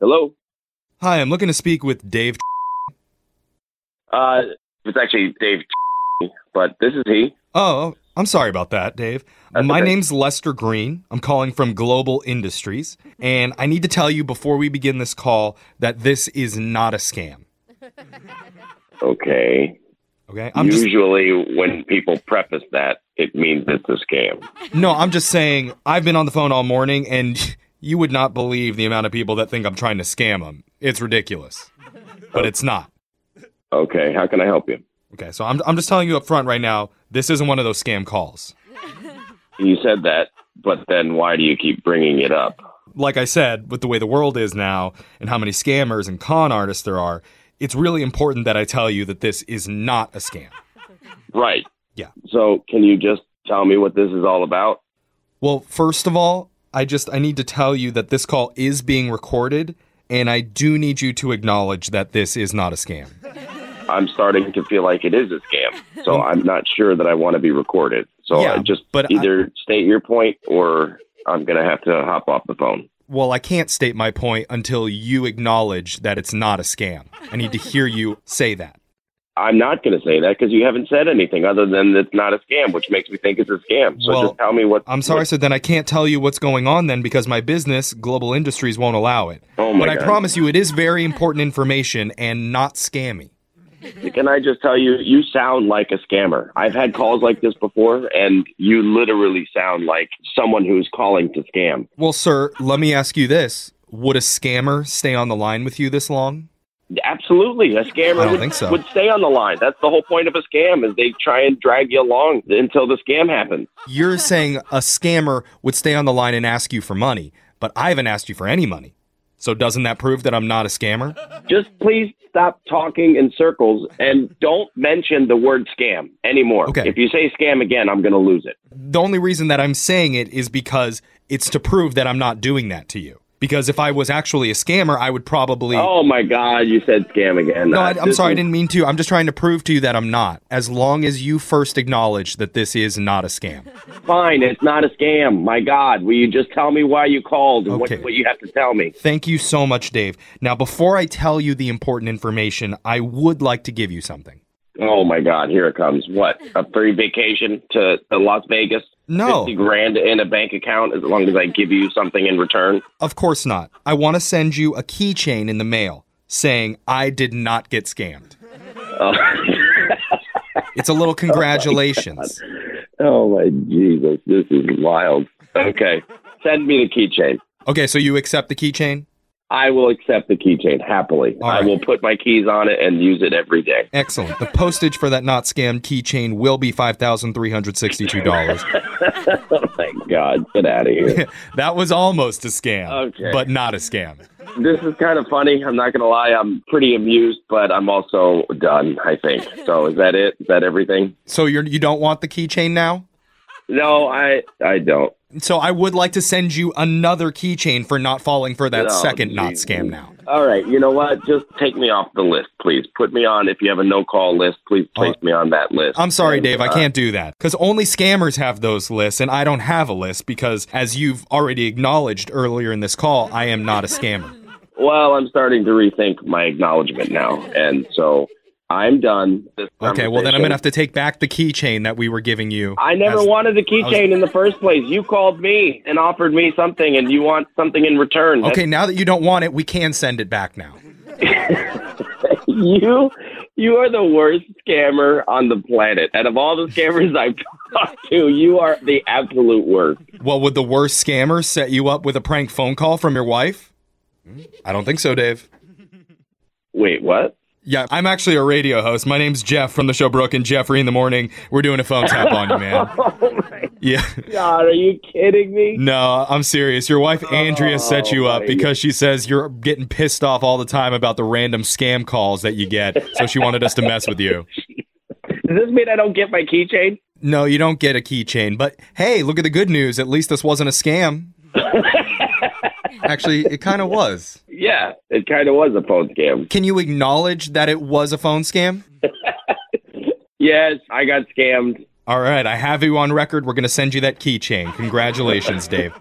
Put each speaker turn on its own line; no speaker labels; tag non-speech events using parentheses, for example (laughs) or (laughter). Hello.
Hi, I'm looking to speak with Dave.
Uh, it's actually Dave, but this is he.
Oh, I'm sorry about that, Dave.
That's
My
okay.
name's Lester Green. I'm calling from Global Industries, and I need to tell you before we begin this call that this is not a scam.
Okay.
Okay?
(laughs)
I'm just
Usually, when people preface that, it means it's a scam.
No, I'm just saying I've been on the phone all morning and (laughs) you would not believe the amount of people that think I'm trying to scam them. It's ridiculous. But it's not.
Okay. How can I help you?
Okay, so I'm I'm just telling you up front right now, this isn't one of those scam calls.
You said that, but then why do you keep bringing it up?
Like I said, with the way the world is now and how many scammers and con artists there are, it's really important that I tell you that this is not a scam.
Right.
Yeah.
So, can you just tell me what this is all about?
Well, first of all, I just I need to tell you that this call is being recorded and I do need you to acknowledge that this is not a scam.
I'm starting to feel like it is a scam,
(laughs)
so I'm not sure that I want to be recorded. So,
Yeah,
I just
but I-
either state your point or I'm going to have to hop off the phone.
Well, I can't state my point until you acknowledge that it's not a scam. I need to hear you say that.
I'm not going to say that because you haven't said anything other than it's not a scam, which makes me think it's a scam. So
Well,
just tell me what.
I'm sorry,
What,
so then I can't tell you what's going on then because my business, Global Industries, won't allow it.
Oh my
but I
God.
promise you, it is very important information and not scammy.
can I just tell you? You sound like a scammer. I've had calls like this before, and you literally sound like someone who's calling to scam.
Well, sir, let me ask you this: Would a scammer stay on the line with you this long?
Absolutely, a scammer
I don't
would,
think so.
would stay on the line. That's the whole point of a scam is they try and drag you along until the scam happens.
You're saying a scammer would stay on the line and ask you for money, but I haven't asked you for any money. So doesn't that prove that I'm not a scammer?
Just please stop talking in circles and don't mention the word scam anymore.
Okay.
If you say scam again, I'm going to lose it.
the only reason that I'm saying it is because it's to prove that I'm not doing that to you. Because if I was actually a scammer, I would probably.
Oh my God! You said scam again.
no,
Uh,
I, I'm
this
sorry, I
is-
didn't mean to. I'm just trying to prove to you that I'm not. As long as you first acknowledge that this is not a scam.
Fine, it's not a scam. My God, will you just tell me why you called and
Okay.
what, what you have to tell me?
Thank you so much, Dave. Now, before I tell you the important information, I would like to give you something.
Oh my God, here it comes. What a free vacation to, to Las Vegas?
No.
fifty grand in a bank account as long as I give you something in return.
Of course not. I want to send you a keychain in the mail saying, I did not get scammed.
Oh,
It's a little congratulations.
oh my Jesus, this is wild. Okay, send me the keychain.
okay, so you accept the keychain?
I will accept the keychain happily.
All
I
right.
will put my keys on it and use it every day.
Excellent. The postage for that not scammed keychain will be five thousand three hundred sixty-two dollars.
Oh my God, get out of here.
that was almost a scam,
Okay.
but not a scam.
This is kind of funny. I'm not going to lie. I'm pretty amused, but I'm also done, I think. So is that it? Is that everything?
So you're you don't want the keychain now?
No, I I don't.
So I would like to send you another keychain for not falling for that
Oh,
second not
geez.
scam now.
All right. You know what? Just take me off the list, please. Put me on. If you have a no call list, please place me on that list.
I'm sorry,
And,
Dave, I
uh,
can't do that. Because only scammers have those lists, and I don't have a list because as you've already acknowledged earlier in this call, I am not a scammer.
Well, I'm starting to rethink my acknowledgement now, and so I'm done. This
Okay, well then I'm
conversation.
gonna have to take back the keychain that we were giving you.
I never
as-
wanted the keychain in the first place. You called me and offered me something, and you want something in return. That's
Okay, now that you don't want it, we can send it back now.
you you are the worst scammer on the planet. Out of all the scammers I've talked to, you are the absolute worst.
Well, would the worst scammer set you up with a prank phone call from your wife? I don't think so, Dave.
Wait, what?
Yeah, I'm actually a radio host. My name's Jeff from the show Brooke and Jeffrey in the Morning. We're doing a phone tap on
(laughs)
you, man.
(laughs) Oh my
Yeah.
god, are you kidding me?
No, I'm serious. Your wife Andrea set you up
my
because she says you're getting pissed off all the time about the random scam calls that you get. So she wanted us to mess with you.
Does this mean I don't get my keychain?
No, you don't get a keychain. But hey, look at the good news. At least this wasn't a scam. Actually, it kind of was.
Yeah, it kind of was a phone scam.
Can you acknowledge that it was a phone scam?
Yes, I got scammed.
All right, I have you on record. We're going to send you that keychain. Congratulations, Dave.